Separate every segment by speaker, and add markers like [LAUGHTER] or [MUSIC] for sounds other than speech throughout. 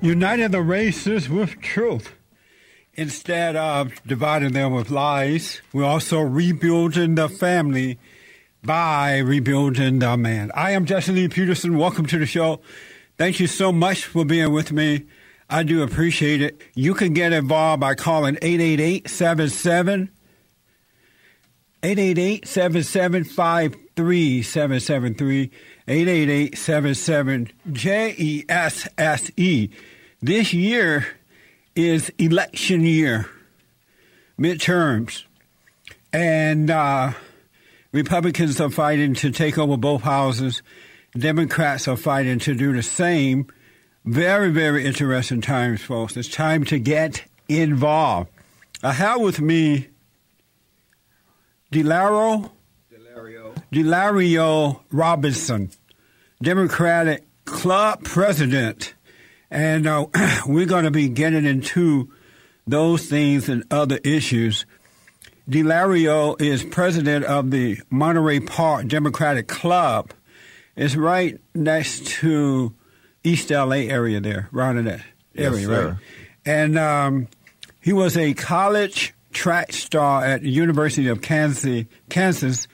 Speaker 1: united the races with truth instead of dividing them with lies. We're also rebuilding the family by rebuilding the man. I am Justin Lee Peterson. Welcome to the show. Thank you so much for being with me. I do appreciate it. You can get involved by calling 888 77 888 775 773 888 77 J E S S E. This year is election year, midterms. And uh, Republicans are fighting to take over both houses. Democrats are fighting to do the same. Very, very interesting times, folks. It's time to get involved. I have with me Delaro
Speaker 2: Delario.
Speaker 1: Delario Robinson, Democratic Club President. And uh, [CLEARS THROAT] we're going to be getting into those things and other issues. Delario is president of the Monterey Park Democratic Club. It's right next to East LA area there, right in that
Speaker 2: Yes,
Speaker 1: area,
Speaker 2: sir.
Speaker 1: right? And um, he was a college track star at the University of Kansas, Kansas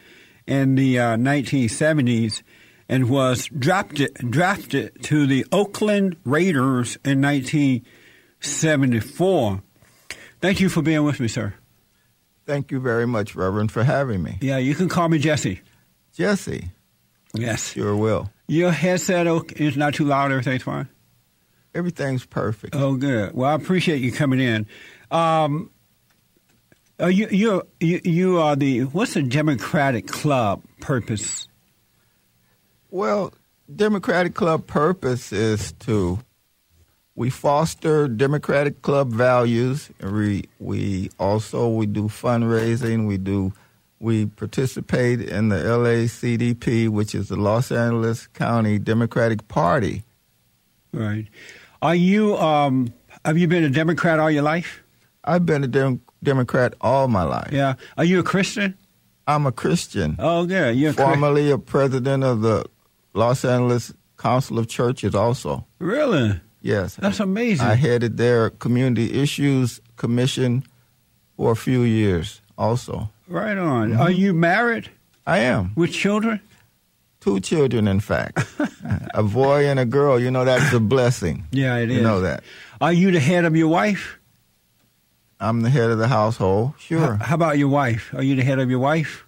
Speaker 1: in the uh, 1970s and was drafted, drafted to the Oakland Raiders in 1974. Thank you for being with me, sir.
Speaker 2: Thank you very much, Reverend, for having me.
Speaker 1: Yeah, you can call me Jesse.
Speaker 2: Jesse,
Speaker 1: Yes.
Speaker 2: sure will.
Speaker 1: Your headset okay, is not too loud, everything's fine?
Speaker 2: Everything's perfect.
Speaker 1: Oh, good. Well, I appreciate you coming in. Um, uh, you, you, you, you are the, what's the Democratic Club purpose?
Speaker 2: Well, Democratic Club purpose is to we foster Democratic Club values. and We we also we do fundraising. We do we participate in the LACDP, which is the Los Angeles County Democratic Party.
Speaker 1: Right. Are you, um, have you been a Democrat all your life?
Speaker 2: I've been a dem- Democrat all my life.
Speaker 1: Yeah. Are you a Christian?
Speaker 2: I'm a Christian.
Speaker 1: Oh, good. You're a Chris-
Speaker 2: formerly a president of the Los Angeles Council of Churches, also.
Speaker 1: Really?
Speaker 2: Yes.
Speaker 1: That's amazing.
Speaker 2: I headed their Community Issues Commission for a few years, also.
Speaker 1: right on.
Speaker 2: Mm-hmm.
Speaker 1: Are you married
Speaker 2: I am.
Speaker 1: with children?
Speaker 2: Two children,
Speaker 1: [LAUGHS]
Speaker 2: in fact. a boy and a girl. You know, that's a blessing.
Speaker 1: Yeah, it is.
Speaker 2: You know that.
Speaker 1: Are you the head of your wife?
Speaker 2: I'm the head of the household. Sure.
Speaker 1: How, how about your wife? Are you the head of your wife?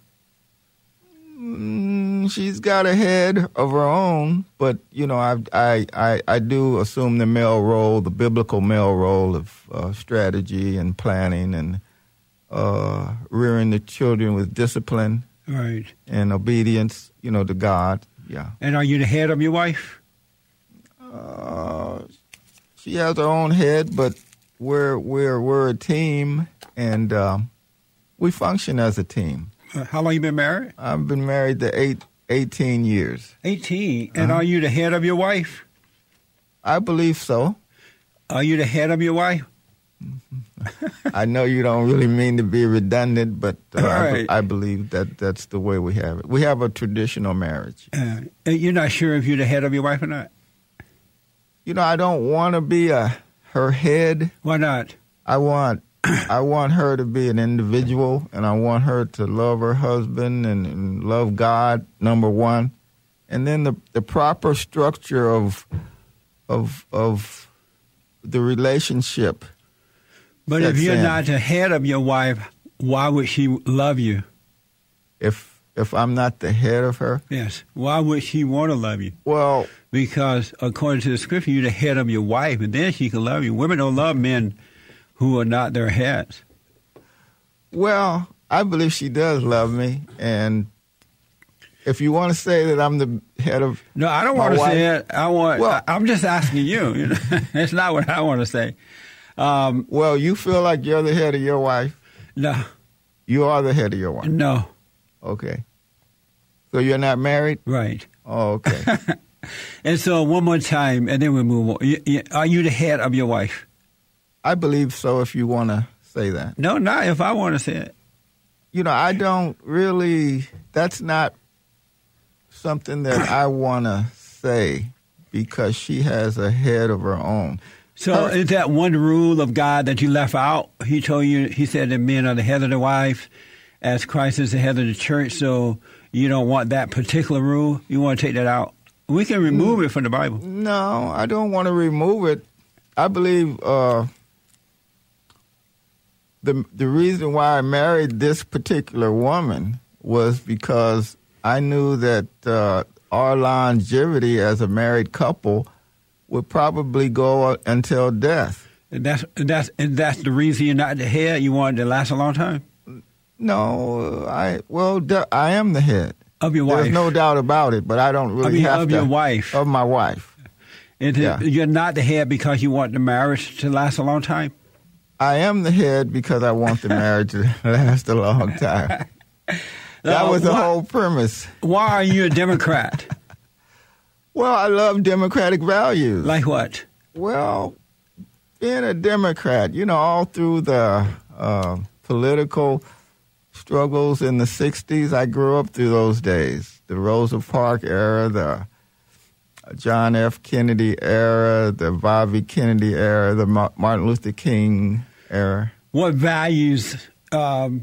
Speaker 2: Mm, she's got a head of her own, but you know, I I I, I do assume the male role, the biblical male role of uh, strategy and planning and uh, rearing the children with discipline
Speaker 1: Right.
Speaker 2: and obedience, you know, to God. Yeah,
Speaker 1: And are you the head of your wife?
Speaker 2: uh, she has her own head, but we're we're we're a team, and um, we function as a team.
Speaker 1: Uh, How long you been married?
Speaker 2: I've been married to eight, 18 years.
Speaker 1: 18. And are you the head of your wife?
Speaker 2: I believe so.
Speaker 1: Are you the head of your wife?
Speaker 2: I know you don't really mean to be redundant, but uh, I, be-
Speaker 1: Right.
Speaker 2: I believe that that's the way we have it. We have a traditional marriage.
Speaker 1: Uh, and you're not sure if you're the head of your wife or not.
Speaker 2: You know, I don't want to be a her head.
Speaker 1: Why not?
Speaker 2: I want I want her to be an individual, and I want her to love her husband and, and love God. Number one, and then the the proper structure of of of the relationship.
Speaker 1: But if
Speaker 2: That's
Speaker 1: you're
Speaker 2: Sam.
Speaker 1: not the head of your wife, why would she love you?
Speaker 2: If if I'm not the head of her,
Speaker 1: Yes. Why would she want to love you?
Speaker 2: well,
Speaker 1: Because according to the scripture, you're the head of your wife, and then she can love you. Women don't love men who are not their heads.
Speaker 2: Well, I believe she does love me, and if you want to say that I'm the head of,
Speaker 1: No, I don't
Speaker 2: My
Speaker 1: want to
Speaker 2: wife-
Speaker 1: say it. I want.
Speaker 2: Well-
Speaker 1: I, am just asking you. you know? [LAUGHS] That's not what I want to say. Um,
Speaker 2: well, you feel like you're the head of your wife.
Speaker 1: no,
Speaker 2: You are the head of your wife.
Speaker 1: no,
Speaker 2: Okay. So you're not married?
Speaker 1: right.
Speaker 2: Oh, okay.
Speaker 1: [LAUGHS] And so one more time, and then we move on. You- you- Are you the head of your wife?
Speaker 2: I believe so. If you want to say that,
Speaker 1: No, not if I want to say it.
Speaker 2: you know, I don't really. That's not something that I want to say because she has a head of her own.
Speaker 1: So is that one rule of God that you left out? He told you, he said that men are the head of the wife as Christ is the head of the church. So you don't want that particular rule. You want to take that out. We can remove it from the Bible.
Speaker 2: No, I don't want to remove it. I believe uh, the the reason why I married this particular woman was because I knew that uh, our longevity as a married couple would probably go until death.
Speaker 1: And that's, and that's, and that's the reason you're not the head. You want it to last a long time
Speaker 2: No, I well, de- I am the head.
Speaker 1: of your wife.
Speaker 2: There's no doubt about it, but I don't really
Speaker 1: I mean,
Speaker 2: have
Speaker 1: of
Speaker 2: to.
Speaker 1: your wife.
Speaker 2: Of my wife.
Speaker 1: It is-
Speaker 2: Yeah.
Speaker 1: You're not the head because you want the marriage to last a long time.
Speaker 2: I am the head because I want the marriage to [LAUGHS] last a long
Speaker 1: [LAUGHS]
Speaker 2: time. That
Speaker 1: Uh,
Speaker 2: was the
Speaker 1: why-
Speaker 2: whole premise.
Speaker 1: Why are you a Democrat? [LAUGHS]
Speaker 2: Well, I love democratic values.
Speaker 1: like what?
Speaker 2: Well, being a Democrat, you know, all through the uh, political struggles in the 60s, I grew up through those days. The Rosa Parks era, the John F. Kennedy era, the Bobby Kennedy era, the Ma- Martin Luther King era.
Speaker 1: What values um,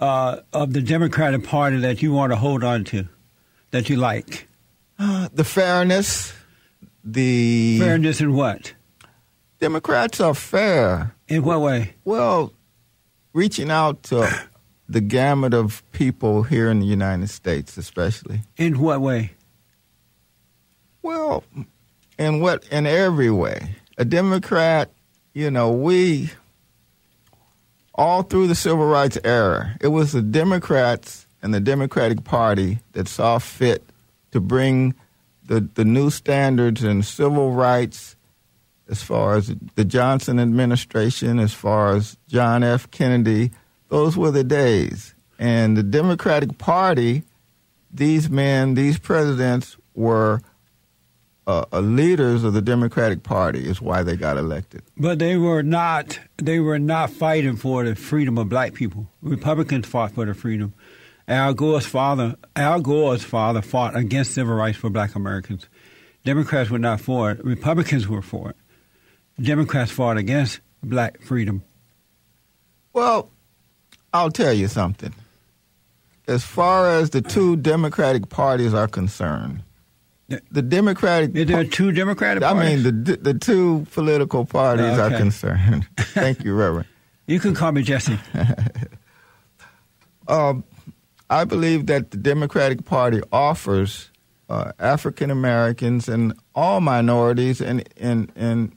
Speaker 1: uh, of the Democratic Party that you want to hold on to, that you like?
Speaker 2: [GASPS] The fairness, the
Speaker 1: Fairness in what?
Speaker 2: Democrats are fair.
Speaker 1: In what way?
Speaker 2: Well, reaching out to the gamut of people here in the United States, especially.
Speaker 1: In what way?
Speaker 2: Well, in what in every way, a Democrat, you know, we all through the civil rights era, it was the Democrats and the Democratic Party that saw fit to bring the the new standards in civil rights as far as the Johnson administration, as far as John F. Kennedy, those were the days. And the Democratic Party, these men, these presidents were uh, uh, leaders of the Democratic Party, is why they got elected.
Speaker 1: But they were not. They were not fighting for the freedom of black people. Republicans fought for the freedom. Al Gore's father, Al Gore's father, fought against civil rights for black Americans. Democrats were not for it. Republicans were for it. Democrats fought against black freedom.
Speaker 2: Well, I'll tell you something. As far as the two Democratic parties are concerned, the Democratic
Speaker 1: Is there two Democratic
Speaker 2: I mean,
Speaker 1: parties?
Speaker 2: the the two political parties
Speaker 1: Oh,
Speaker 2: are
Speaker 1: okay.
Speaker 2: concerned. Thank you, Reverend.
Speaker 1: you can call me Jesse.
Speaker 2: Um, I believe that the Democratic Party offers uh, African Americans and all minorities and, and and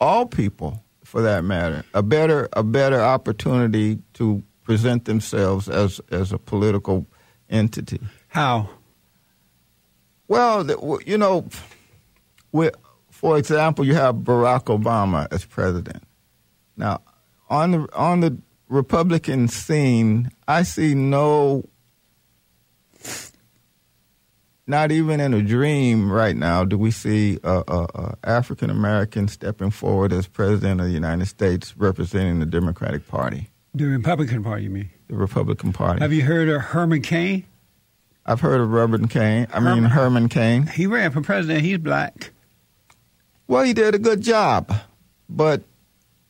Speaker 2: all people, for that matter, a better a better opportunity to present themselves as as a political entity.
Speaker 1: How?
Speaker 2: Well, the- w- you know, with, for example, you have Barack Obama as president. Now, on the on the Republican scene, I see no, not even in a dream right now, do we see a, a, a African American stepping forward as president of the United States representing the Democratic Party,
Speaker 1: The Republican Party, you mean?
Speaker 2: the Republican Party.
Speaker 1: Have you heard of Herman Cain?
Speaker 2: I've heard of Robert Kane. I mean
Speaker 1: Herman-
Speaker 2: Herman Cain.
Speaker 1: He ran for president. He's black.
Speaker 2: Well, he did a good job, but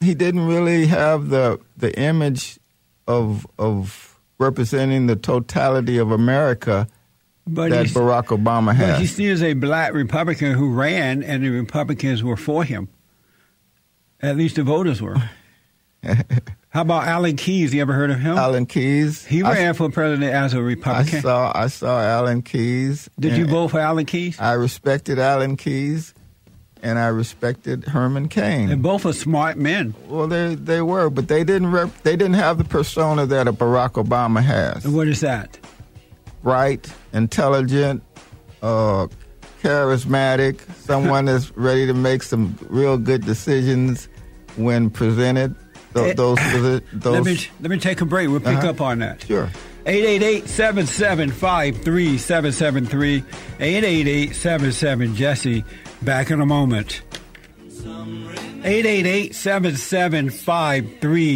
Speaker 2: he didn't really have the the image of of representing the totality of America
Speaker 1: But
Speaker 2: that
Speaker 1: he's-
Speaker 2: Barack Obama
Speaker 1: But he
Speaker 2: has.
Speaker 1: still is a black Republican who ran, and the Republicans were for him. At least the voters were. How about Alan Keyes? You ever heard of him?
Speaker 2: [LAUGHS] Alan Keyes.
Speaker 1: he
Speaker 2: I,
Speaker 1: ran for president as a
Speaker 2: I
Speaker 1: Republican.
Speaker 2: saw I saw Alan Keyes.
Speaker 1: Did
Speaker 2: and
Speaker 1: you vote for Alan Keyes?
Speaker 2: I respected Alan Keyes, and I respected Herman
Speaker 1: and
Speaker 2: Cain.
Speaker 1: both are smart men.
Speaker 2: Well, they they were, but they didn't rep, they didn't have the persona that a Barack Obama has.
Speaker 1: And what is that?
Speaker 2: bright, intelligent, uh, charismatic, someone that's ready to make some real good decisions when presented. Th-
Speaker 1: Eh, [COUGHS]
Speaker 2: those, those,
Speaker 1: Let me let me take a break. We'll pick
Speaker 2: Uh-huh.
Speaker 1: up on that.
Speaker 2: sure.
Speaker 1: 888-775-3773 888-77-JESSE back in a moment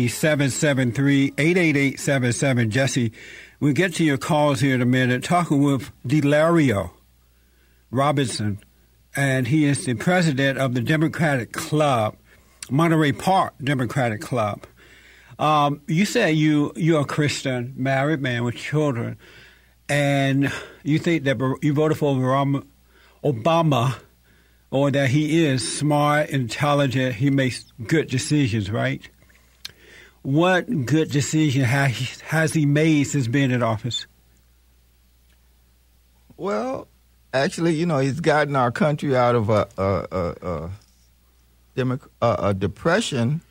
Speaker 1: 888-775-3773 888-77-JESSE we'll get to your calls here in a minute talking with Delario Robinson and he is the president of the Democratic Club, Monterey Park Democratic Club. Um, you say you you're a Christian, married man with children, and you think that Bar- you voted for Obama, Obama, or that he is smart, intelligent, he makes good decisions, right? What good decision has he, has he made since being in office?
Speaker 2: Well, actually, you know, he's gotten our country out of a a, a, a, democ- a, a depression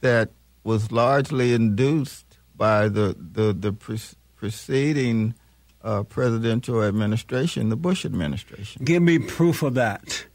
Speaker 2: that was largely induced by the the the pre- preceding uh, presidential administration, the Bush administration.
Speaker 1: Give me proof of that.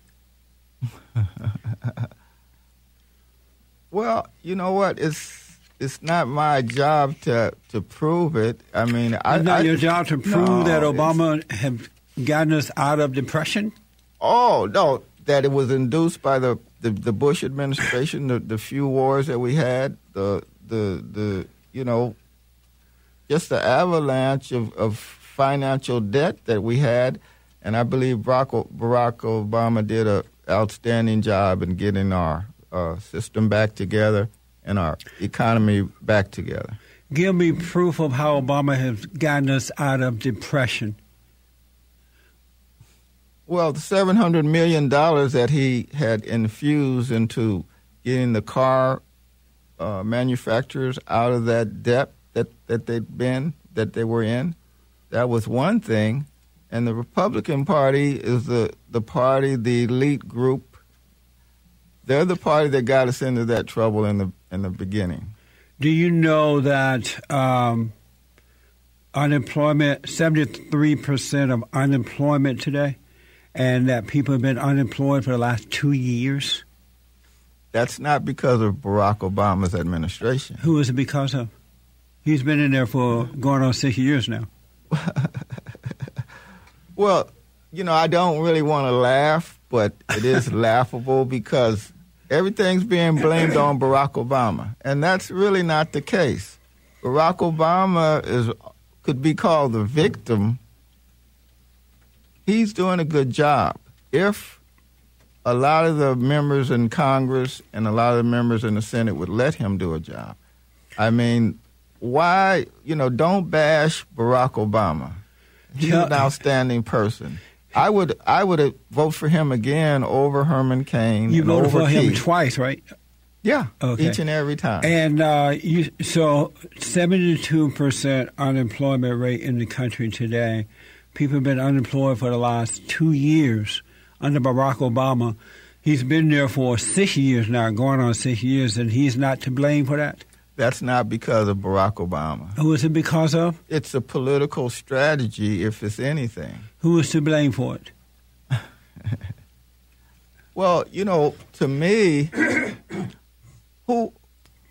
Speaker 2: Well, you know what? It's it's not my job to to prove it. I mean, I,
Speaker 1: It's not
Speaker 2: I-
Speaker 1: your job to prove
Speaker 2: No,
Speaker 1: that
Speaker 2: it's-
Speaker 1: Obama have gotten us out of depression.
Speaker 2: Oh no, that it was induced by the the, the Bush administration, the, the few wars that we had, the the the you know, just the avalanche of, of financial debt that we had, and I believe Barack, O- Barack Obama did a outstanding job in getting our uh, system back together and our economy back together.
Speaker 1: Give me proof of how Obama has gotten us out of depression.
Speaker 2: Well, the seven hundred million dollars that he had infused into getting the car uh, manufacturers out of that debt that, that they'd been that they were in, that was one thing. And the Republican Party is the, the party, the elite group. They're the party that got us into that trouble in the in the beginning.
Speaker 1: Do you know that um, unemployment, 73% of unemployment today, and that people have been unemployed for the last two years?
Speaker 2: That's not because of Barack Obama's administration.
Speaker 1: Who is it because of? He's been in there for going on six years now.
Speaker 2: Well, you know, I don't really want to laugh, but it is laughable because everything's being blamed on Barack Obama, and that's really not the case. Barack Obama is could be called the victim. He's doing a good job. If a lot of the members in Congress and a lot of the members in the Senate would let him do a job. I mean, why, you know, don't bash Barack Obama. He's
Speaker 1: Yeah.
Speaker 2: an outstanding person. I would I would uh, vote for him again over Herman Cain.
Speaker 1: You
Speaker 2: and
Speaker 1: voted
Speaker 2: over
Speaker 1: for him
Speaker 2: Key.
Speaker 1: twice, right?
Speaker 2: yeah,
Speaker 1: Okay.
Speaker 2: each and every time.
Speaker 1: And uh, you, so, seventy-two percent unemployment rate in the country today. People have been unemployed for the last two years under Barack Obama. He's been there for six years now, going on six years, and he's not to blame for that.
Speaker 2: That's not because of Barack Obama.
Speaker 1: Who is it because of?
Speaker 2: It's a political strategy, if it's anything.
Speaker 1: Who is to blame for it?
Speaker 2: Well, you know, to me, [COUGHS] who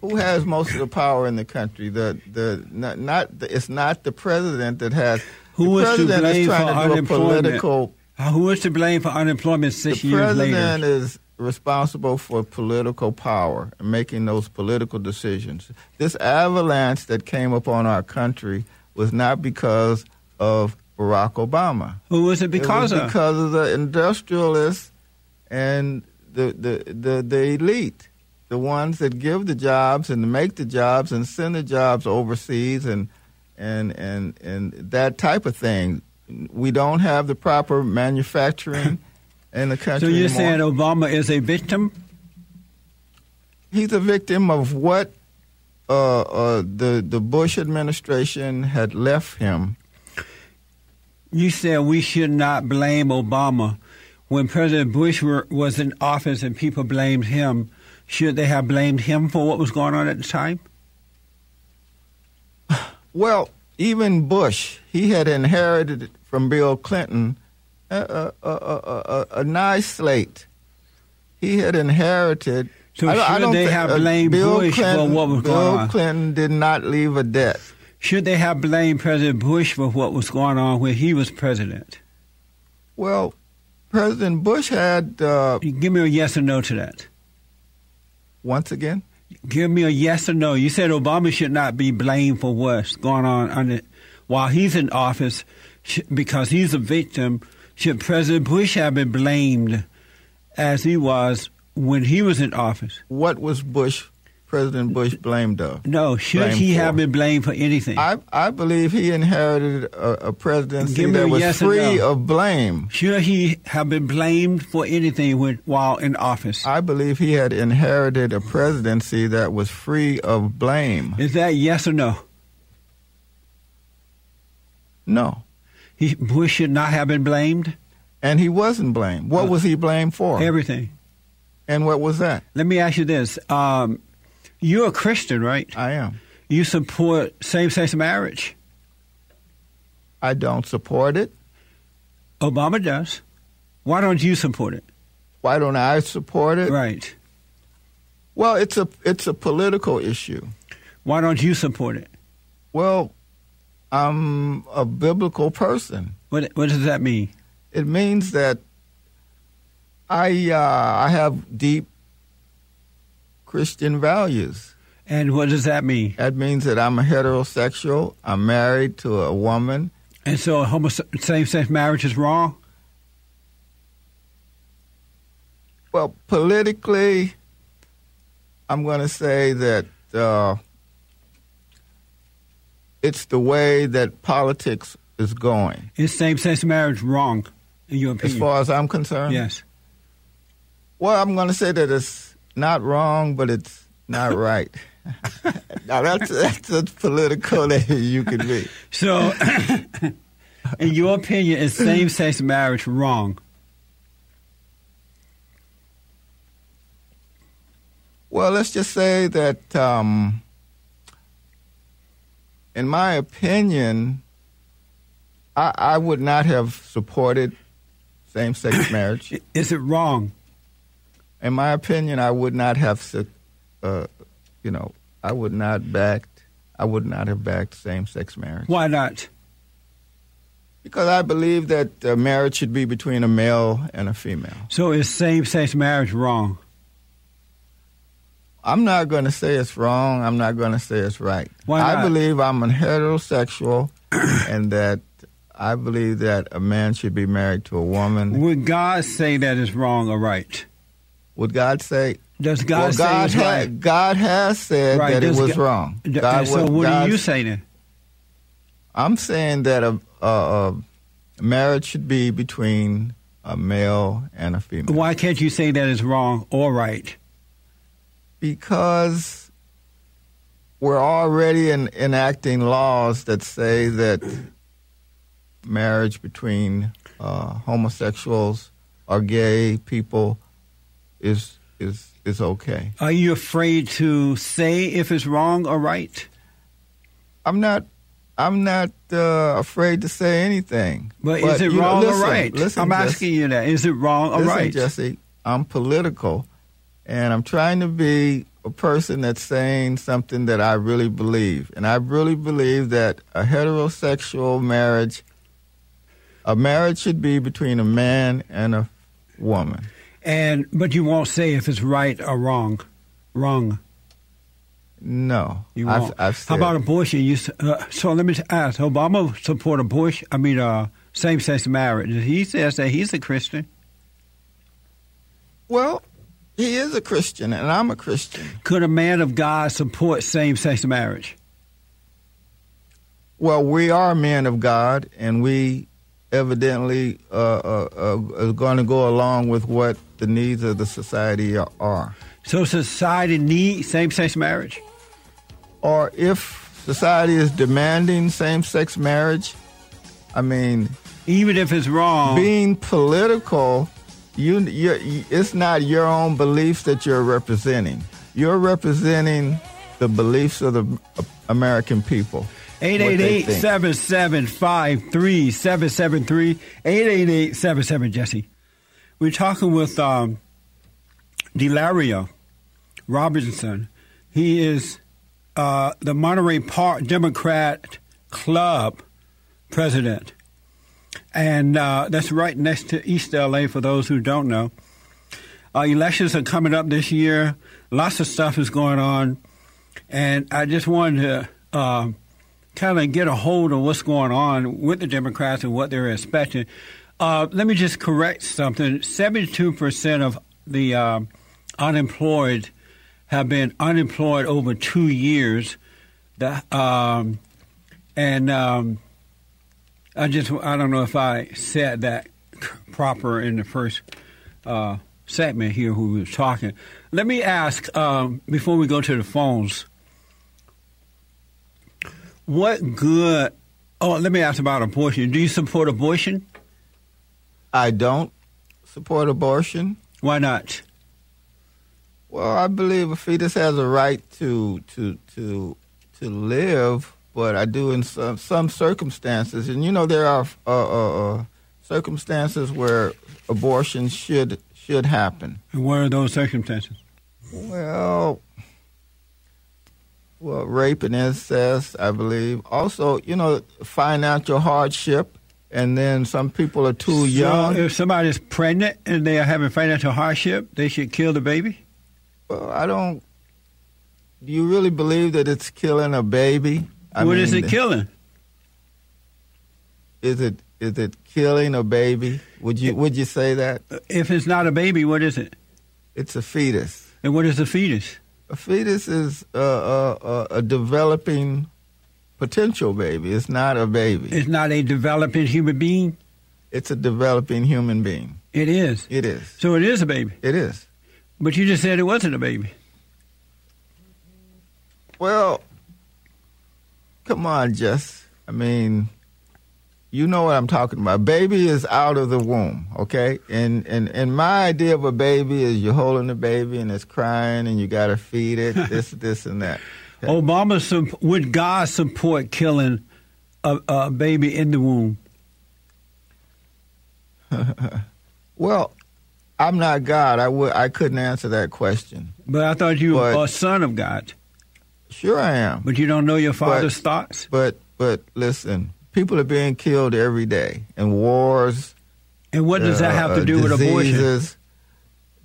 Speaker 2: who has most of the power in the country? The the not, not the, it's not the president that has.
Speaker 1: Who
Speaker 2: the
Speaker 1: is to
Speaker 2: president
Speaker 1: blame
Speaker 2: is
Speaker 1: for
Speaker 2: trying to do a
Speaker 1: unemployment?
Speaker 2: political.
Speaker 1: Uh, Who is to blame for unemployment
Speaker 2: The
Speaker 1: six years
Speaker 2: president
Speaker 1: later?
Speaker 2: is responsible for political power and making those political decisions. This avalanche that came upon our country was not because of Barack Obama.
Speaker 1: Who is it because
Speaker 2: it was
Speaker 1: of?
Speaker 2: because of the industrialists and the, the the the elite, the ones that give the jobs and make the jobs and send the jobs overseas and and and and that type of thing. We don't have the
Speaker 1: [LAUGHS]
Speaker 2: proper manufacturing in the
Speaker 1: so
Speaker 2: country.
Speaker 1: you're
Speaker 2: anymore.
Speaker 1: saying Obama is a victim?
Speaker 2: he's a victim of what uh, uh, the the Bush administration had left him.
Speaker 1: You said we should not blame Obama. When President Bush were, was in office and people blamed him, should they have blamed him for what was going on at the time?
Speaker 2: Well, even Bush, he had inherited from Bill Clinton a, a, a, a, a, a nice slate. He had inherited.
Speaker 1: So
Speaker 2: I don't- I
Speaker 1: should
Speaker 2: don't
Speaker 1: they
Speaker 2: thi-
Speaker 1: have
Speaker 2: uh,
Speaker 1: blamed
Speaker 2: Bill
Speaker 1: Bush for
Speaker 2: Clinton,
Speaker 1: what was
Speaker 2: Bill
Speaker 1: going on?
Speaker 2: Clinton did not leave a debt.
Speaker 1: Should they have blamed President Bush for what was going on when he was president?
Speaker 2: Well, President Bush had uh,
Speaker 1: Give me a yes or no to that.
Speaker 2: once again.
Speaker 1: Give me a yes or no. You said Obama should not be blamed for what's going on under, while he's in office sh- because he's a victim Should President Bush have been blamed as he was when he was in office?
Speaker 2: What was Bush, President Bush, blamed of?
Speaker 1: No, should
Speaker 2: Blamed
Speaker 1: he
Speaker 2: for?
Speaker 1: have been blamed for anything?
Speaker 2: I, I believe he inherited a, a presidency
Speaker 1: Give me a
Speaker 2: that was
Speaker 1: yes or
Speaker 2: free
Speaker 1: no.
Speaker 2: of blame.
Speaker 1: should he have been blamed for anything when, while in office?
Speaker 2: I believe he had inherited a presidency that was free of blame.
Speaker 1: Is that yes or no?
Speaker 2: No.
Speaker 1: He, Bush should not have been blamed.
Speaker 2: And he wasn't blamed. What was he blamed for?
Speaker 1: Everything.
Speaker 2: and what was that?
Speaker 1: Let me ask you this: um, You're a Christian, right?
Speaker 2: I am.
Speaker 1: You support same-sex marriage.
Speaker 2: I don't support it.
Speaker 1: Obama does. Why don't you support it?
Speaker 2: Why don't I support it?
Speaker 1: Right.
Speaker 2: Well, it's a it's a political issue.
Speaker 1: Why don't you support it?
Speaker 2: Well, I'm a biblical person.
Speaker 1: What What does that mean?
Speaker 2: It means that I uh, I have deep Christian values.
Speaker 1: And what does that mean?
Speaker 2: That means that I'm a heterosexual. I'm married to a woman.
Speaker 1: And so, homo- same-sex marriage is wrong.
Speaker 2: Well, politically, I'm going to say that uh, it's the way that politics is going,
Speaker 1: Is same-sex marriage wrong in your
Speaker 2: as
Speaker 1: opinion?
Speaker 2: far as I'm concerned.
Speaker 1: yes.
Speaker 2: Well, I'm going to say that it's not wrong, but it's not right. [LAUGHS] now, that's, that's as political [LAUGHS] as you can be.
Speaker 1: So, [COUGHS] in your opinion, is same-sex marriage wrong?
Speaker 2: Well, let's just say that, um, in my opinion, I, I would not have supported same sex marriage.
Speaker 1: I- Is it wrong?
Speaker 2: In my opinion, I would not have, su- uh, you know, I would not backed, I would not have backed same sex marriage.
Speaker 1: Why not?
Speaker 2: Because I believe that uh, marriage should be between a male and a female.
Speaker 1: So, is same-sex marriage wrong?
Speaker 2: I'm not going to say it's wrong. I'm not going to say it's right.
Speaker 1: Why
Speaker 2: I
Speaker 1: not?
Speaker 2: believe I'm a heterosexual, [CLEARS THROAT] and that I believe that a man should be married to a woman.
Speaker 1: Would God say that is wrong or right?
Speaker 2: Would God say?
Speaker 1: Does God
Speaker 2: well,
Speaker 1: say
Speaker 2: God,
Speaker 1: it's
Speaker 2: ha-
Speaker 1: right?
Speaker 2: God has said
Speaker 1: Right,
Speaker 2: that it
Speaker 1: does
Speaker 2: was
Speaker 1: Go-
Speaker 2: wrong.
Speaker 1: D-
Speaker 2: God
Speaker 1: so
Speaker 2: was-
Speaker 1: what
Speaker 2: God-
Speaker 1: are you saying? then?
Speaker 2: I'm saying that a, a, a marriage should be between a male and a female.
Speaker 1: Why can't you say that is wrong or right?
Speaker 2: because we're already en- enacting laws that say that marriage between uh, homosexuals or gay people is is is okay.
Speaker 1: Are you afraid to say if it's wrong or right?
Speaker 2: I'm not. I'm not uh, afraid to say anything.
Speaker 1: But, is it
Speaker 2: you know,
Speaker 1: wrong
Speaker 2: listen,
Speaker 1: or right?
Speaker 2: Listen,
Speaker 1: I'm
Speaker 2: Jesse.
Speaker 1: asking you that. Is it wrong or
Speaker 2: Listen,
Speaker 1: right?
Speaker 2: Jesse, I'm political, and I'm trying to be a person that's saying something that I really believe, and I really believe that a heterosexual marriage, a marriage should be between a man and a woman.
Speaker 1: and but you won't say if it's right or wrong. Wrong.
Speaker 2: No,
Speaker 1: You
Speaker 2: I've,
Speaker 1: won't.
Speaker 2: I've
Speaker 1: How
Speaker 2: said,
Speaker 1: about abortion? You, s- uh, so let me ask: Obama support abortion? I mean, uh, same-sex marriage. He says that he's a Christian.
Speaker 2: well, he is a Christian, and I'm a Christian.
Speaker 1: Could a man of God support same-sex marriage?
Speaker 2: Well, we are men of God, and we evidently uh, uh, uh, are going to go along with what the needs of the society are. are.
Speaker 1: So society needs same-sex marriage.
Speaker 2: Or if society is demanding same-sex marriage, I mean,
Speaker 1: even if it's wrong.
Speaker 2: being political, you, you it's not your own beliefs that you're representing. You're representing the beliefs of the uh, American people. what they
Speaker 1: 888
Speaker 2: think.
Speaker 1: 775 773 888 77 Jesse. We're talking with um, Delario Robinson. He is uh, the Monterey Park Democrat Club president. And uh, that's right next to East LA for those who don't know. Uh, elections are coming up this year. Lots of stuff is going on. And I just wanted to um kind of get a hold of what's going on with the Democrats and what they're expecting. Uh, let me just correct something. Seventy-two percent of the um unemployed have been unemployed over two years. The, um, and um, I just I don't know if I said that c- proper in the first uh, segment here who was talking. Let me ask um, before we go to the phones. What good? Oh, let me ask about abortion. Do you support abortion?
Speaker 2: I don't support abortion.
Speaker 1: Why not?
Speaker 2: Well, I believe a fetus has a right to to to to live, but I do in some some circumstances, and you know there are uh, uh, uh, circumstances where abortion should should happen.
Speaker 1: And what are those circumstances?
Speaker 2: Well, well, rape and incest, I believe. Also, you know, financial hardship, and then some people are too
Speaker 1: So
Speaker 2: young.
Speaker 1: if somebody's pregnant and they are having financial hardship, they should kill the baby.
Speaker 2: Well, I don't. Do you really believe that it's killing a baby? I
Speaker 1: what is
Speaker 2: mean,
Speaker 1: it killing?
Speaker 2: Is it is it killing a baby? Would you would you say that
Speaker 1: If it's not a baby, what is it?
Speaker 2: it's a fetus?
Speaker 1: And what is the fetus?
Speaker 2: A fetus is uh, uh, uh, a developing potential baby. It's not a baby.
Speaker 1: It's not a developing human being.
Speaker 2: It's a developing human being.
Speaker 1: It is.
Speaker 2: It is.
Speaker 1: So it is a baby.
Speaker 2: It is.
Speaker 1: But you just said it wasn't a baby.
Speaker 2: Well, come on, Jess. I mean, you know what I'm talking about. Baby is out of the womb, okay? And and and my idea of a baby is you're holding the baby and it's crying and you got to feed it this this and that.
Speaker 1: Obama sup- would God support killing a, a baby in the womb?
Speaker 2: Well, I'm not God. I would I couldn't answer that question.
Speaker 1: But I thought you
Speaker 2: But-
Speaker 1: were a son of God.
Speaker 2: Sure I am.
Speaker 1: But you don't know your father's
Speaker 2: But-
Speaker 1: thoughts.
Speaker 2: But but listen, people are being killed every day in wars. uh,
Speaker 1: And what does that have to do with abortion?
Speaker 2: diseases,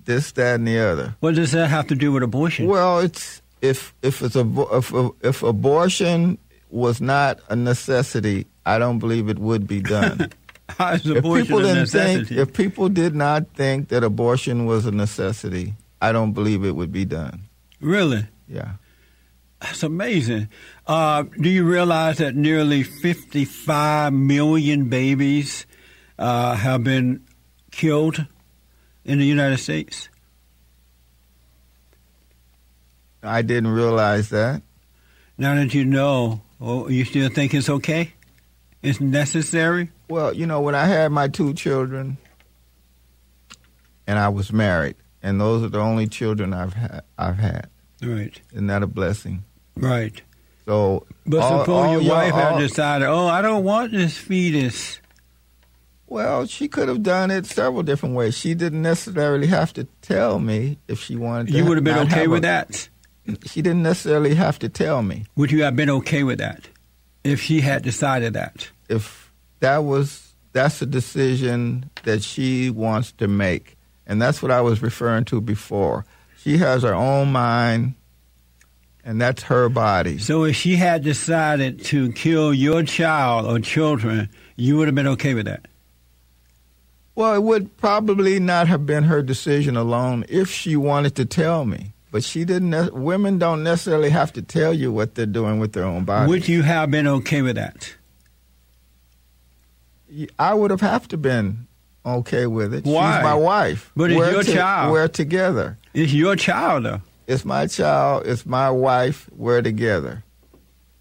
Speaker 2: This, that, and the other.
Speaker 1: What does that have to do with abortion?
Speaker 2: Well, it's if if it's abo- if if abortion was not a necessity, I don't believe it would
Speaker 1: [LAUGHS]
Speaker 2: be done.
Speaker 1: [LAUGHS] How is
Speaker 2: if
Speaker 1: abortion
Speaker 2: people
Speaker 1: a
Speaker 2: didn't
Speaker 1: necessity?
Speaker 2: think, if people did not think that abortion was a necessity, I don't believe it would be done.
Speaker 1: really?
Speaker 2: Yeah.
Speaker 1: That's amazing. Uh, do you realize that nearly 55 million babies uh, have been killed in the United States?
Speaker 2: I didn't realize that.
Speaker 1: Now that you know, oh, you still think it's okay? It's necessary?
Speaker 2: Well, you know, when I had my two children and I was married, and those are the only children I've had, I've had.
Speaker 1: Right,
Speaker 2: Isn't that a blessing?
Speaker 1: right.
Speaker 2: So
Speaker 1: But
Speaker 2: all-
Speaker 1: suppose
Speaker 2: all
Speaker 1: your
Speaker 2: y'all-
Speaker 1: wife had
Speaker 2: all-
Speaker 1: decided, oh, I don't want this fetus.
Speaker 2: Well, she could have done it several different ways. She didn't necessarily have to tell me if she wanted to.
Speaker 1: You would have been
Speaker 2: not
Speaker 1: okay
Speaker 2: a-
Speaker 1: with that?
Speaker 2: She didn't necessarily have to tell me
Speaker 1: Would you have been okay with that if she had decided that?
Speaker 2: if that was that's a decision that she wants to make. And that's what I was referring to before. She has her own mind and that's her body.
Speaker 1: So if she had decided to kill your child or children, you would have been okay with that.
Speaker 2: Well, it would probably not have been her decision alone if she wanted to tell me. But she didn't. ne- Women don't necessarily have to tell you what they're doing with their own body.
Speaker 1: Would you have been okay with that?
Speaker 2: I would have have to been okay with it.
Speaker 1: Why?
Speaker 2: She's my wife.
Speaker 1: But it's
Speaker 2: we're
Speaker 1: your child.
Speaker 2: We're together.
Speaker 1: It's your child, though.
Speaker 2: It's my child. It's my wife. We're together.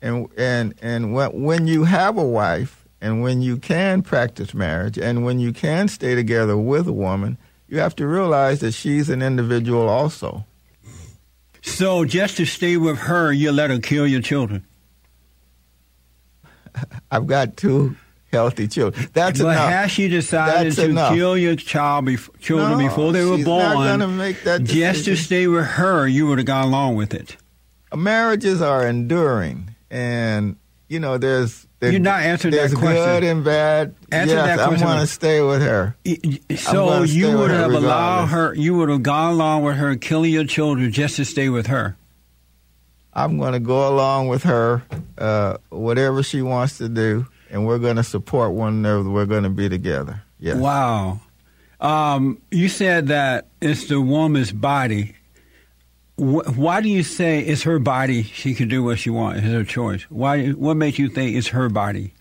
Speaker 2: And and and when when you have a wife and when you can practice marriage and when you can stay together with a woman, you have to realize that she's an individual also.
Speaker 1: So just to stay with her, you let her kill your children.
Speaker 2: I've got two healthy children. That's
Speaker 1: but
Speaker 2: enough.
Speaker 1: has she decided
Speaker 2: That's
Speaker 1: to
Speaker 2: enough.
Speaker 1: kill your child bef- children
Speaker 2: No,
Speaker 1: before they were
Speaker 2: she's
Speaker 1: born?
Speaker 2: not gonna make that
Speaker 1: just to
Speaker 2: decision.
Speaker 1: stay with her, you would have gone along with it.
Speaker 2: marriages are enduring, and you know there's there-
Speaker 1: You're not answering
Speaker 2: there's
Speaker 1: that question.
Speaker 2: good and bad.
Speaker 1: Answer
Speaker 2: yes,
Speaker 1: that question.
Speaker 2: I want to stay with her.
Speaker 1: I- I-
Speaker 2: I'm
Speaker 1: So
Speaker 2: gonna stay
Speaker 1: you
Speaker 2: with
Speaker 1: would
Speaker 2: her
Speaker 1: have allowed
Speaker 2: regardless.
Speaker 1: her. You would have gone along with her killing your children just to stay with her.
Speaker 2: I'm going to go along with her, uh, whatever she wants to do, and we're going to support one another. We're going to be together. Yes.
Speaker 1: Wow. Um, you said that it's the woman's body. Wh- why do you say it's her body? She can do what she wants. It's her choice. Why? What makes you think it's her body?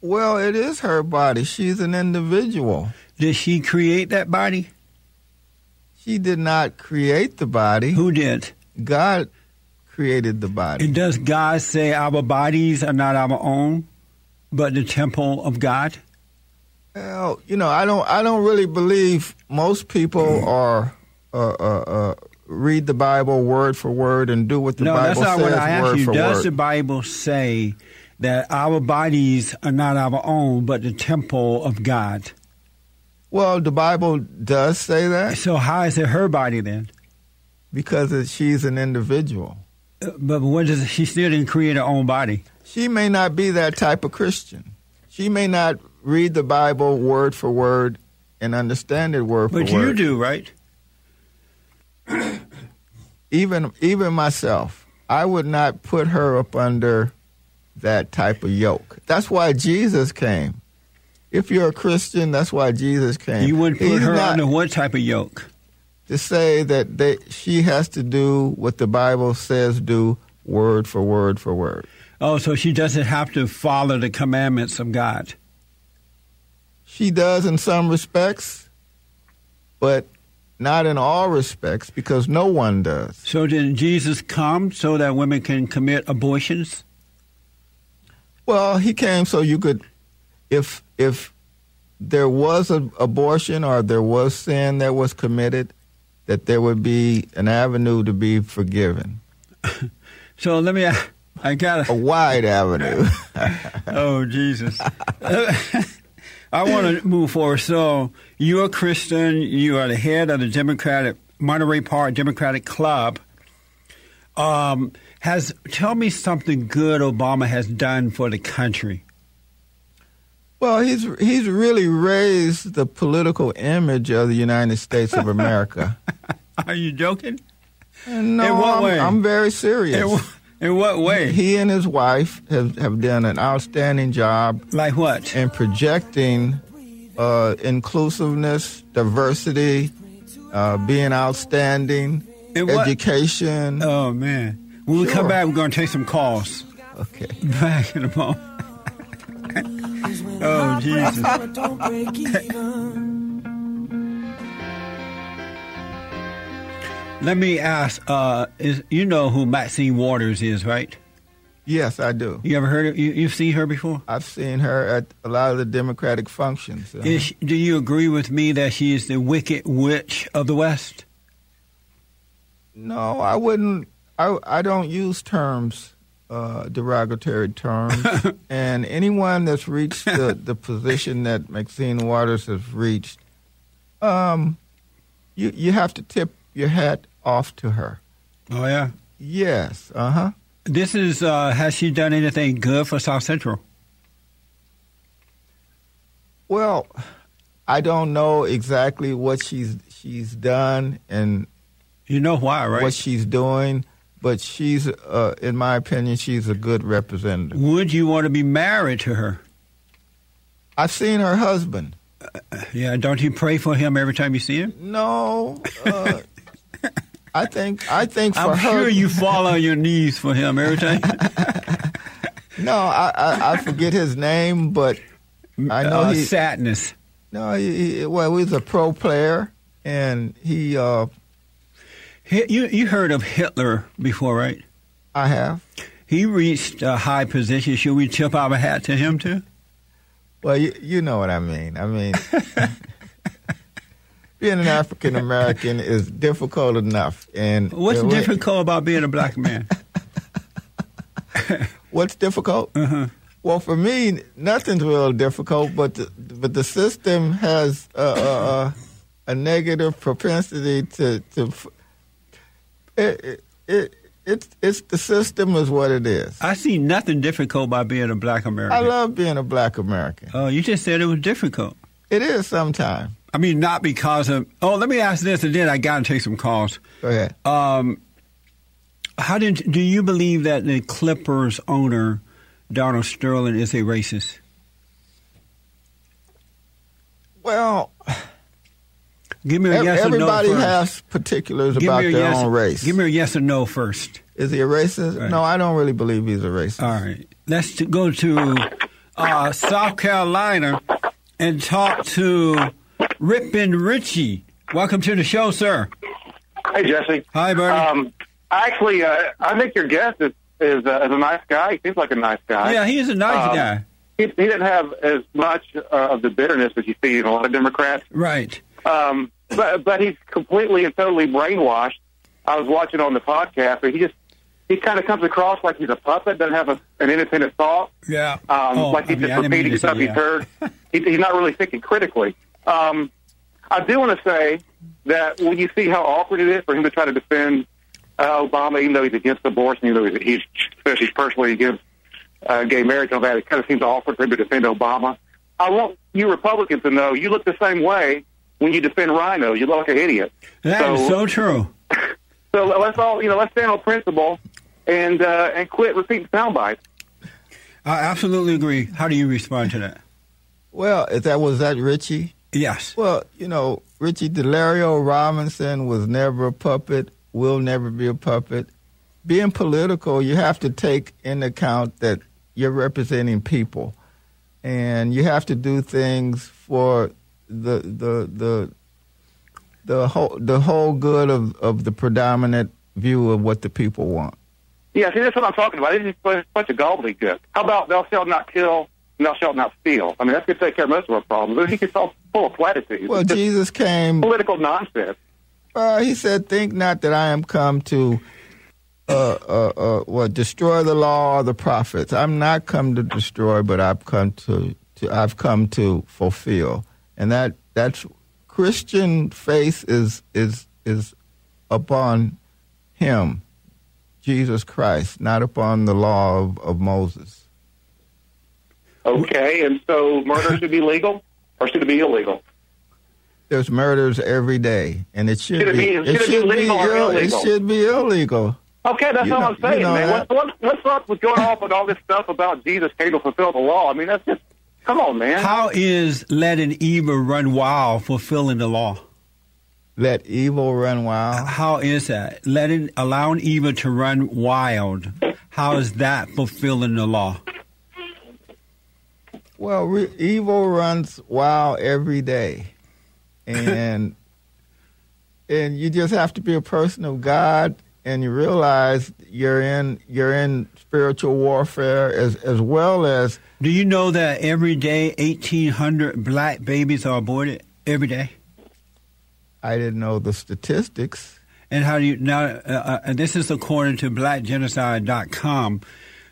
Speaker 2: Well, it is her body. She's an individual.
Speaker 1: Did she create that body?
Speaker 2: She did not create the body.
Speaker 1: Who did?
Speaker 2: God created the body.
Speaker 1: And does God say our bodies are not our own, but the temple of God?
Speaker 2: Well, you know, I don't. I don't really believe most people
Speaker 1: Mm.
Speaker 2: are uh, uh, uh, read the Bible word for word and do what the
Speaker 1: no,
Speaker 2: Bible
Speaker 1: that's not
Speaker 2: says
Speaker 1: what I
Speaker 2: word
Speaker 1: asked you.
Speaker 2: for
Speaker 1: Does the
Speaker 2: word.
Speaker 1: Bible say that our bodies are not our own, but the temple of God?
Speaker 2: Well, the Bible does say that
Speaker 1: So how is it her body then?
Speaker 2: because it, she's an individual.
Speaker 1: Uh, But what does she still didn't create her own body?
Speaker 2: She may not be that type of Christian. She may not read the Bible word for word and understand it word
Speaker 1: But
Speaker 2: for
Speaker 1: you
Speaker 2: word.
Speaker 1: do, right?
Speaker 2: Even even myself, I would not put her up under that type of yoke. That's why Jesus came. If you're a Christian, that's why Jesus came.
Speaker 1: You wouldn't put
Speaker 2: He's
Speaker 1: her
Speaker 2: not
Speaker 1: under what type of yoke?
Speaker 2: to say that they, she has to do what the Bible says do word for word for word.
Speaker 1: Oh, so she doesn't have to follow the commandments of God.
Speaker 2: She does in some respects, but not in all respects because no one does.
Speaker 1: So did Jesus come so that women can commit abortions?
Speaker 2: Well, he came so you could if if there was an abortion or there was sin that was committed, that there would be an avenue to be forgiven.
Speaker 1: So let me. I got.
Speaker 2: A
Speaker 1: to
Speaker 2: wide avenue. [LAUGHS]
Speaker 1: Oh Jesus. [LAUGHS] I want to move forward. So you're a Christian. You are the head of the Democratic Monterey Park Democratic Club. Um, has tell me something good Obama has done for the country.
Speaker 2: Well, he's he's really raised the political image of the United States
Speaker 1: [LAUGHS]
Speaker 2: of America.
Speaker 1: Are you joking?
Speaker 2: And no,
Speaker 1: In what
Speaker 2: I'm,
Speaker 1: way?
Speaker 2: I'm very serious.
Speaker 1: In, wh- in what way?
Speaker 2: He and his wife have, have done an outstanding job
Speaker 1: Like what?
Speaker 2: in projecting uh, inclusiveness, diversity, uh, being outstanding,
Speaker 1: In what-
Speaker 2: education.
Speaker 1: Oh man. When we come
Speaker 2: Sure.
Speaker 1: back, we're going to take some calls. [LAUGHS]
Speaker 2: okay.
Speaker 1: Back in a moment. oh Jesus.
Speaker 3: don't break even.
Speaker 1: Let me ask. Uh, is you know who Maxine Waters is, right?
Speaker 2: Yes, I do.
Speaker 1: You ever heard of you? You've seen her before.
Speaker 2: I've seen her at a lot of the Democratic functions. Uh,
Speaker 1: Is, do you agree with me that she is the wicked witch of the West?
Speaker 2: No, I wouldn't. I I don't use terms, uh, derogatory terms. and anyone that's reached the, the position that Maxine Waters has reached, um, you you have to tip your hat off to her.
Speaker 1: Oh yeah.
Speaker 2: Yes. Uh huh.
Speaker 1: This is. Uh, has she done anything good for South Central?
Speaker 2: Well, I don't know exactly what she's she's done and
Speaker 1: You know why, right?
Speaker 2: what she's doing, but she's, uh, in my opinion, she's a good representative.
Speaker 1: Would you want to be married to her?
Speaker 2: I've seen her husband.
Speaker 1: Yeah. Don't you pray for him every time you see him?
Speaker 2: No, uh, I think I think for
Speaker 1: I'm
Speaker 2: her.
Speaker 1: sure you fall on your knees for him every time.
Speaker 2: No, I, I I forget his name, but [LAUGHS] I know
Speaker 1: Uh,
Speaker 2: he.
Speaker 1: sadness.
Speaker 2: No, he, he- well, he was a pro player, and he. Uh,
Speaker 1: Hi- You you heard of Hitler before, right?
Speaker 2: I have.
Speaker 1: He reached a high position. Should we tip our hat to him too?
Speaker 2: Well, you, you know what I mean. I mean, [LAUGHS] being an African American is difficult enough, and
Speaker 1: What's
Speaker 2: and what-
Speaker 1: difficult about being a black
Speaker 2: [LAUGHS]
Speaker 1: man?
Speaker 2: What's difficult?
Speaker 1: Mm-hmm.
Speaker 2: Well, for me, nothing's real difficult, but the, but the system has a, a, a, a negative propensity to to. f- It, it, it, it's it's the system is what it is. I,
Speaker 1: I see nothing difficult about being a black American.
Speaker 2: love being a black American.
Speaker 1: oh, you just said it was difficult.
Speaker 2: It is sometimes.
Speaker 1: I mean, not because of. Oh, let me ask this, and then I got to take some calls.
Speaker 2: Go ahead.
Speaker 1: Um, how did do you believe that the Clippers owner Donald Sterling is a racist?
Speaker 2: Well,
Speaker 1: Give me a
Speaker 2: ev-
Speaker 1: uh, yes or no
Speaker 2: everybody
Speaker 1: first.
Speaker 2: has particulars
Speaker 1: Give me
Speaker 2: about
Speaker 1: a
Speaker 2: their
Speaker 1: yes,
Speaker 2: own race.
Speaker 1: Give me a yes or no first.
Speaker 2: Is he a racist?
Speaker 1: Right.
Speaker 2: No, I don't really believe he's a racist.
Speaker 1: All right. Let's t- go to uh, South Carolina and talk to Rippin Richie. Welcome to the show, sir.
Speaker 4: Hi, Jesse.
Speaker 1: Hi, buddy.
Speaker 4: Um, actually, uh, I think your guest is is, uh, is a nice guy. He seems like a nice guy.
Speaker 1: yeah, he is a nice
Speaker 4: um,
Speaker 1: guy.
Speaker 4: He, he didn't have as much uh, of the bitterness that you see in a lot of Democrats,
Speaker 1: Right.
Speaker 4: um, but but he's completely and totally brainwashed. I was watching on the podcast, but he just he kind of comes across like he's a puppet, doesn't have a, an independent thought.
Speaker 1: Yeah.
Speaker 4: Um,
Speaker 1: Oh,
Speaker 4: like
Speaker 1: I
Speaker 4: he's
Speaker 1: mean, I didn't
Speaker 4: just
Speaker 1: mean
Speaker 4: repeating
Speaker 1: to say
Speaker 4: stuff he's
Speaker 1: yeah. [LAUGHS]
Speaker 4: heard. he, he's not really thinking critically. Um, I do want to say that when you see how awkward it is for him to try to defend uh, Obama, even though he's against abortion, even though he's, he's says he's personally against uh, gay marriage and all that, it kind of seems awkward for him to defend Obama. I want you Republicans to know you look the same way when you defend Rhino. You look like an idiot.
Speaker 1: That is so,
Speaker 4: So-
Speaker 1: true.
Speaker 4: So uh, let's all you know, let's stand on principle and uh, and quit repeating sound bites.
Speaker 1: I absolutely agree. How do you respond to that?
Speaker 2: Well, is that was that Richie?
Speaker 1: Yes.
Speaker 2: Well, you know, Richie Delario Robinson was never a puppet, will never be a puppet. Being political, you have to take into account that you're representing people and you have to do things for the the the the whole the whole good of, of the predominant view of what the people want.
Speaker 4: Yeah, see, that's what I'm talking about. It's just a bunch of gobbledygook. How about thou shalt not kill, thou shalt not steal? I mean, that's going to take care of most of our problems. But he gets all full of platitudes.
Speaker 2: Well,
Speaker 4: It's just
Speaker 2: Jesus came
Speaker 4: political nonsense.
Speaker 2: Uh, he said, "Think not that I am come to, uh, uh, uh, what destroy the law or the prophets. I'm not come to destroy, but I've come to, to I've come to fulfill. And that that's Christian faith is is is upon Him, Jesus Christ, not upon the law of, of Moses.
Speaker 4: Okay, and so murder should be legal or should it be illegal?
Speaker 2: There's murders every day, and it should,
Speaker 4: Should it
Speaker 2: be,
Speaker 4: be- should it be legal or
Speaker 2: ill-
Speaker 4: illegal?
Speaker 2: It should be illegal.
Speaker 4: Okay, that's
Speaker 2: You
Speaker 4: all
Speaker 2: know-
Speaker 4: I'm saying,
Speaker 2: you know
Speaker 4: man.
Speaker 2: that-
Speaker 4: What's, what, what's up with going off with all this stuff about Jesus came to fulfill the law? I mean, that's just, come on, man.
Speaker 1: How is letting evil run wild fulfilling the law? Uh,
Speaker 2: Let evil run wild.
Speaker 1: How is that? Letting allowing evil to run wild. How is that fulfilling the law?
Speaker 2: Well, re- evil runs wild
Speaker 1: [LAUGHS]
Speaker 2: every day, and and you just have to be a person of God, and you realize you're in you're in spiritual warfare as as well as
Speaker 1: Do you know that every day 1,800 black babies are aborted every day?
Speaker 2: I didn't know the statistics.
Speaker 1: And how do you now? Uh, uh, and this is according to blackgenocide.com.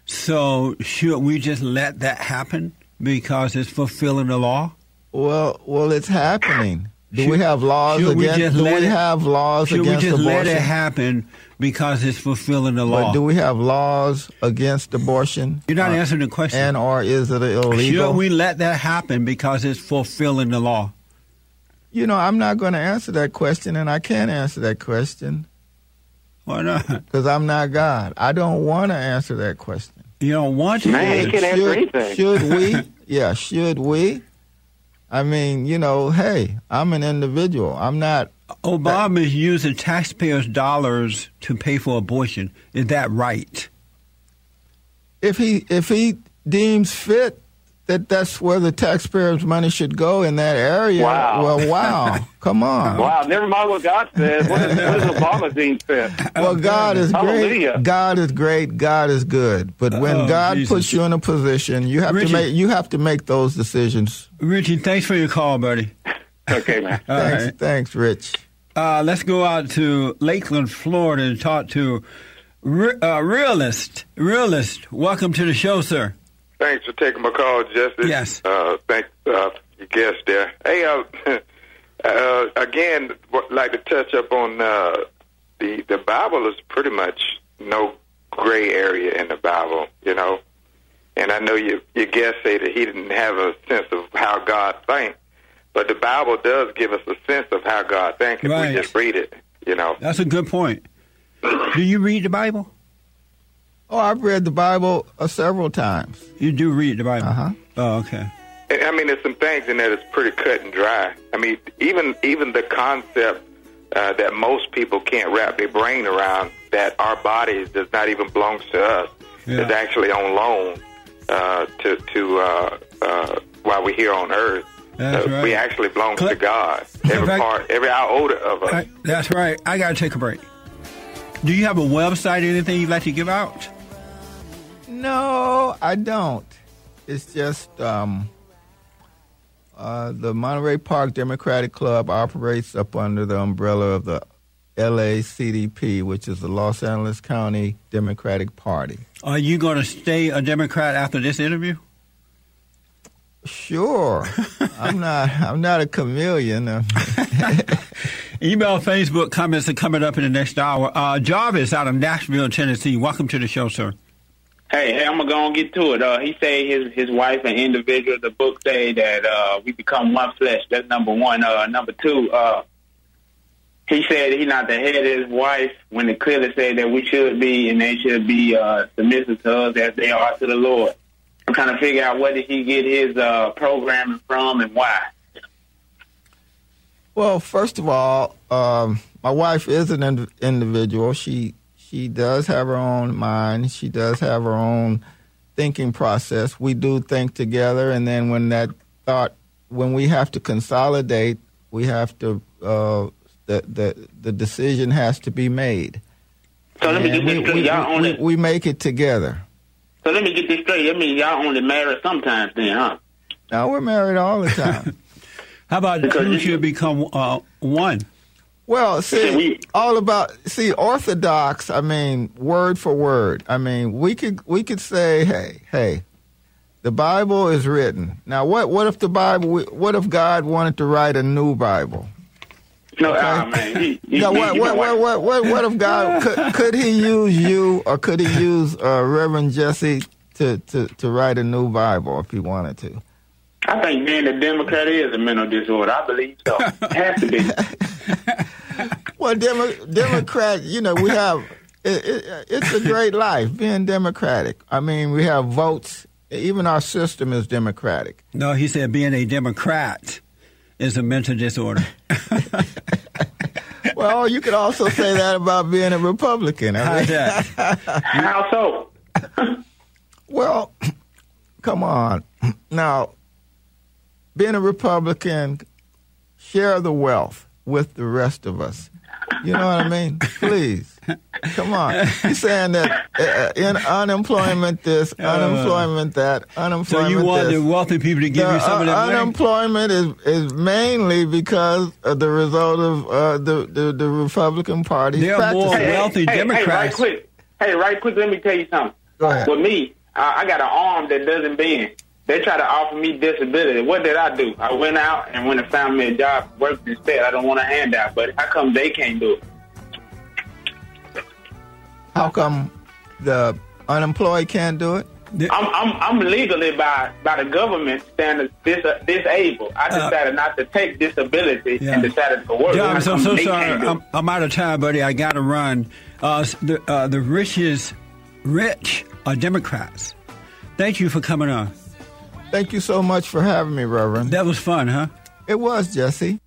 Speaker 1: So should we just let that happen because it's fulfilling the law?
Speaker 2: Well, well, it's happening. Do we
Speaker 1: Should-
Speaker 2: have laws
Speaker 1: should we
Speaker 2: against?
Speaker 1: just
Speaker 2: do
Speaker 1: let
Speaker 2: we
Speaker 1: it-
Speaker 2: have laws
Speaker 1: Should we
Speaker 2: against
Speaker 1: just let
Speaker 2: abortion?
Speaker 1: it happen because it's fulfilling the law?
Speaker 2: but do we have laws against abortion?
Speaker 1: You're not
Speaker 2: Uh,
Speaker 1: answering the question.
Speaker 2: And or is it illegal?
Speaker 1: Should we let that happen because it's fulfilling the law?
Speaker 2: You know, I'm not going to answer that question, and I can't answer that question
Speaker 1: Why not? [LAUGHS]
Speaker 2: because I'm not God. I don't want to answer that question.
Speaker 1: You don't want to.
Speaker 4: Man, he
Speaker 2: But
Speaker 4: can't answer anything.
Speaker 2: Should we?
Speaker 4: [LAUGHS]
Speaker 2: yeah, should we? I mean, you know, hey, I'm an individual. I'm not.
Speaker 1: Obama is using taxpayers' dollars to pay for abortion. Is that right?
Speaker 2: If he if he deems fit that that's where the taxpayers' money should go in that area.
Speaker 4: Wow.
Speaker 2: Well,
Speaker 4: [LAUGHS]
Speaker 2: wow. Come on.
Speaker 4: Wow, never mind what God says. What is, what is Obama dean said?
Speaker 1: Oh,
Speaker 2: Well, God is
Speaker 4: Hallelujah.
Speaker 2: great. God is great. God is good. But when
Speaker 1: Oh,
Speaker 2: God
Speaker 1: Jesus.
Speaker 2: puts you in a position, you have
Speaker 1: Richard.
Speaker 2: to make you have to make those decisions.
Speaker 1: Richie, thanks for your call, buddy.
Speaker 4: Okay, man.
Speaker 1: All
Speaker 2: thanks,
Speaker 1: right.
Speaker 2: thanks, Rich.
Speaker 1: Uh, let's go out to Lakeland, Florida, and talk to Re- uh, realist. Realist, welcome to the show, sir.
Speaker 5: Thanks for taking my call, Justice.
Speaker 1: Yes.
Speaker 5: Uh, thank uh, your guest there. Hey, uh, [LAUGHS] uh, again, would like to touch up on uh, the the Bible is pretty much no gray area in the Bible, you know. And I know your your guest say that he didn't have a sense of how God thinks, but the Bible does give us a sense of how God thinks if
Speaker 1: Right.
Speaker 5: we just read it, you know.
Speaker 1: That's a good point. Do you read the Bible?
Speaker 2: Oh, I've read the Bible uh, several times.
Speaker 1: You do read the Bible.
Speaker 2: Uh-huh.
Speaker 1: Oh, okay.
Speaker 5: And, I mean, there's some things in there that's pretty cut and dry. I mean, even even the concept uh, that most people can't wrap their brain around that our bodies does not even belongs to us.
Speaker 1: Yeah.
Speaker 5: It's actually on loan uh, to to uh, uh, while we're here on Earth.
Speaker 1: That's
Speaker 5: uh, We
Speaker 1: right.
Speaker 5: actually belong
Speaker 1: Cle-
Speaker 5: to God. Every
Speaker 1: fact-
Speaker 5: part, every iota of us.
Speaker 1: I- that's right. I got to take a break. Do you have a website or anything you'd like to give out?
Speaker 2: No, I don't. It's just um, uh, the Monterey Park Democratic Club operates up under the umbrella of the LACDP, which is the Los Angeles County Democratic Party.
Speaker 1: Are you going to stay a Democrat after this interview?
Speaker 2: Sure, I'm not. I'm not a chameleon. Uh,
Speaker 1: Email, Facebook comments are coming up in the next hour. Uh, Jarvis out of Nashville, Tennessee. Welcome to the show, sir.
Speaker 4: Hey, hey, I'm gonna get to it. Uh, he say his his wife and individual. The book say that uh, we become one flesh. That's number one. Uh, number two, uh, he said he not the head of his wife when it clearly said that we should be and they should be uh, submissive to us as they are to the Lord. I'm trying to figure out where did he get his uh, programming from and why.
Speaker 2: Well, first of all, um, my wife is an ind- individual. She she does have her own mind. She does have her own thinking process. We do think together, and then when that thought, when we have to consolidate, we have to uh, the the the decision has to be made.
Speaker 4: So let me
Speaker 2: And
Speaker 4: get this
Speaker 2: we,
Speaker 4: straight.
Speaker 2: we-
Speaker 4: Y'all
Speaker 2: we-
Speaker 4: only
Speaker 2: we make it together.
Speaker 4: so let me get this straight. I mean, y'all only married sometimes then, huh?
Speaker 2: Now we're married all the time.
Speaker 1: How about
Speaker 4: Because
Speaker 1: two
Speaker 4: you-
Speaker 1: should become uh, one?
Speaker 2: Well, see,
Speaker 4: Yeah, we-
Speaker 2: all about see orthodox. I mean, word for word. I mean, we could we could say, hey, hey, the Bible is written. Now, what what if the Bible? What if God wanted to write a new Bible?
Speaker 4: No, ah, man.
Speaker 2: [LAUGHS]
Speaker 4: He, he,
Speaker 2: Now,
Speaker 4: he-
Speaker 2: what,
Speaker 4: you know
Speaker 2: what, what, what, what, what if
Speaker 4: [LAUGHS]
Speaker 2: God could, could He use you or could He use uh, Reverend Jesse to, to to write a new Bible if He wanted to?
Speaker 4: I think being a Democrat is a mental disorder. I believe
Speaker 2: [LAUGHS]
Speaker 4: so. It has to be.
Speaker 2: Well, Demo- Democrat, you know, we have it, it, it's a great life being Democratic. I mean, we have votes. Even our system is Democratic.
Speaker 1: No, he said being a Democrat is a mental
Speaker 2: [LAUGHS]
Speaker 1: disorder.
Speaker 2: Well, you could also say that about being a Republican.
Speaker 1: [LAUGHS]
Speaker 2: I
Speaker 1: How's
Speaker 2: mean,
Speaker 1: that?
Speaker 4: How so?
Speaker 2: well, come on. Now, being a Republican, share the wealth with the rest of us. You know what I mean? Please. Come on. You're saying that uh, in unemployment this, unemployment that, unemployment
Speaker 1: Uh. So you want
Speaker 2: this.
Speaker 1: the wealthy people to give
Speaker 2: The,
Speaker 1: you some of
Speaker 2: uh,
Speaker 1: that money?
Speaker 2: unemployment is, is mainly because of the result of uh, the, the the Republican Party.
Speaker 1: They're more wealthy
Speaker 4: Hey, right
Speaker 1: Democrats.
Speaker 4: quick. Hey, right quick. Let me tell you something.
Speaker 2: Go ahead.
Speaker 4: With me, I, I got an arm that doesn't bend. They try to offer me disability. What did I do? I went out and went and found me a job, worked instead. I don't want a handout, but how come they can't do it?
Speaker 2: How come the unemployed can't do it?
Speaker 4: I'm I'm, I'm legally by by the government standard dis, disabled. I
Speaker 1: Uh,
Speaker 4: decided not to take disability
Speaker 1: yeah.
Speaker 4: and decided to work.
Speaker 1: Jarvis,
Speaker 4: How
Speaker 1: I'm
Speaker 4: come
Speaker 1: so
Speaker 4: they
Speaker 1: sorry.
Speaker 4: can't do it?
Speaker 1: I'm, I'm out of time, buddy. I got to run. Uh, s- the, uh, the richest, rich are Democrats. Thank you for coming on.
Speaker 2: Thank you so much for having me, Reverend.
Speaker 1: That was fun, huh?
Speaker 2: It was Jesse.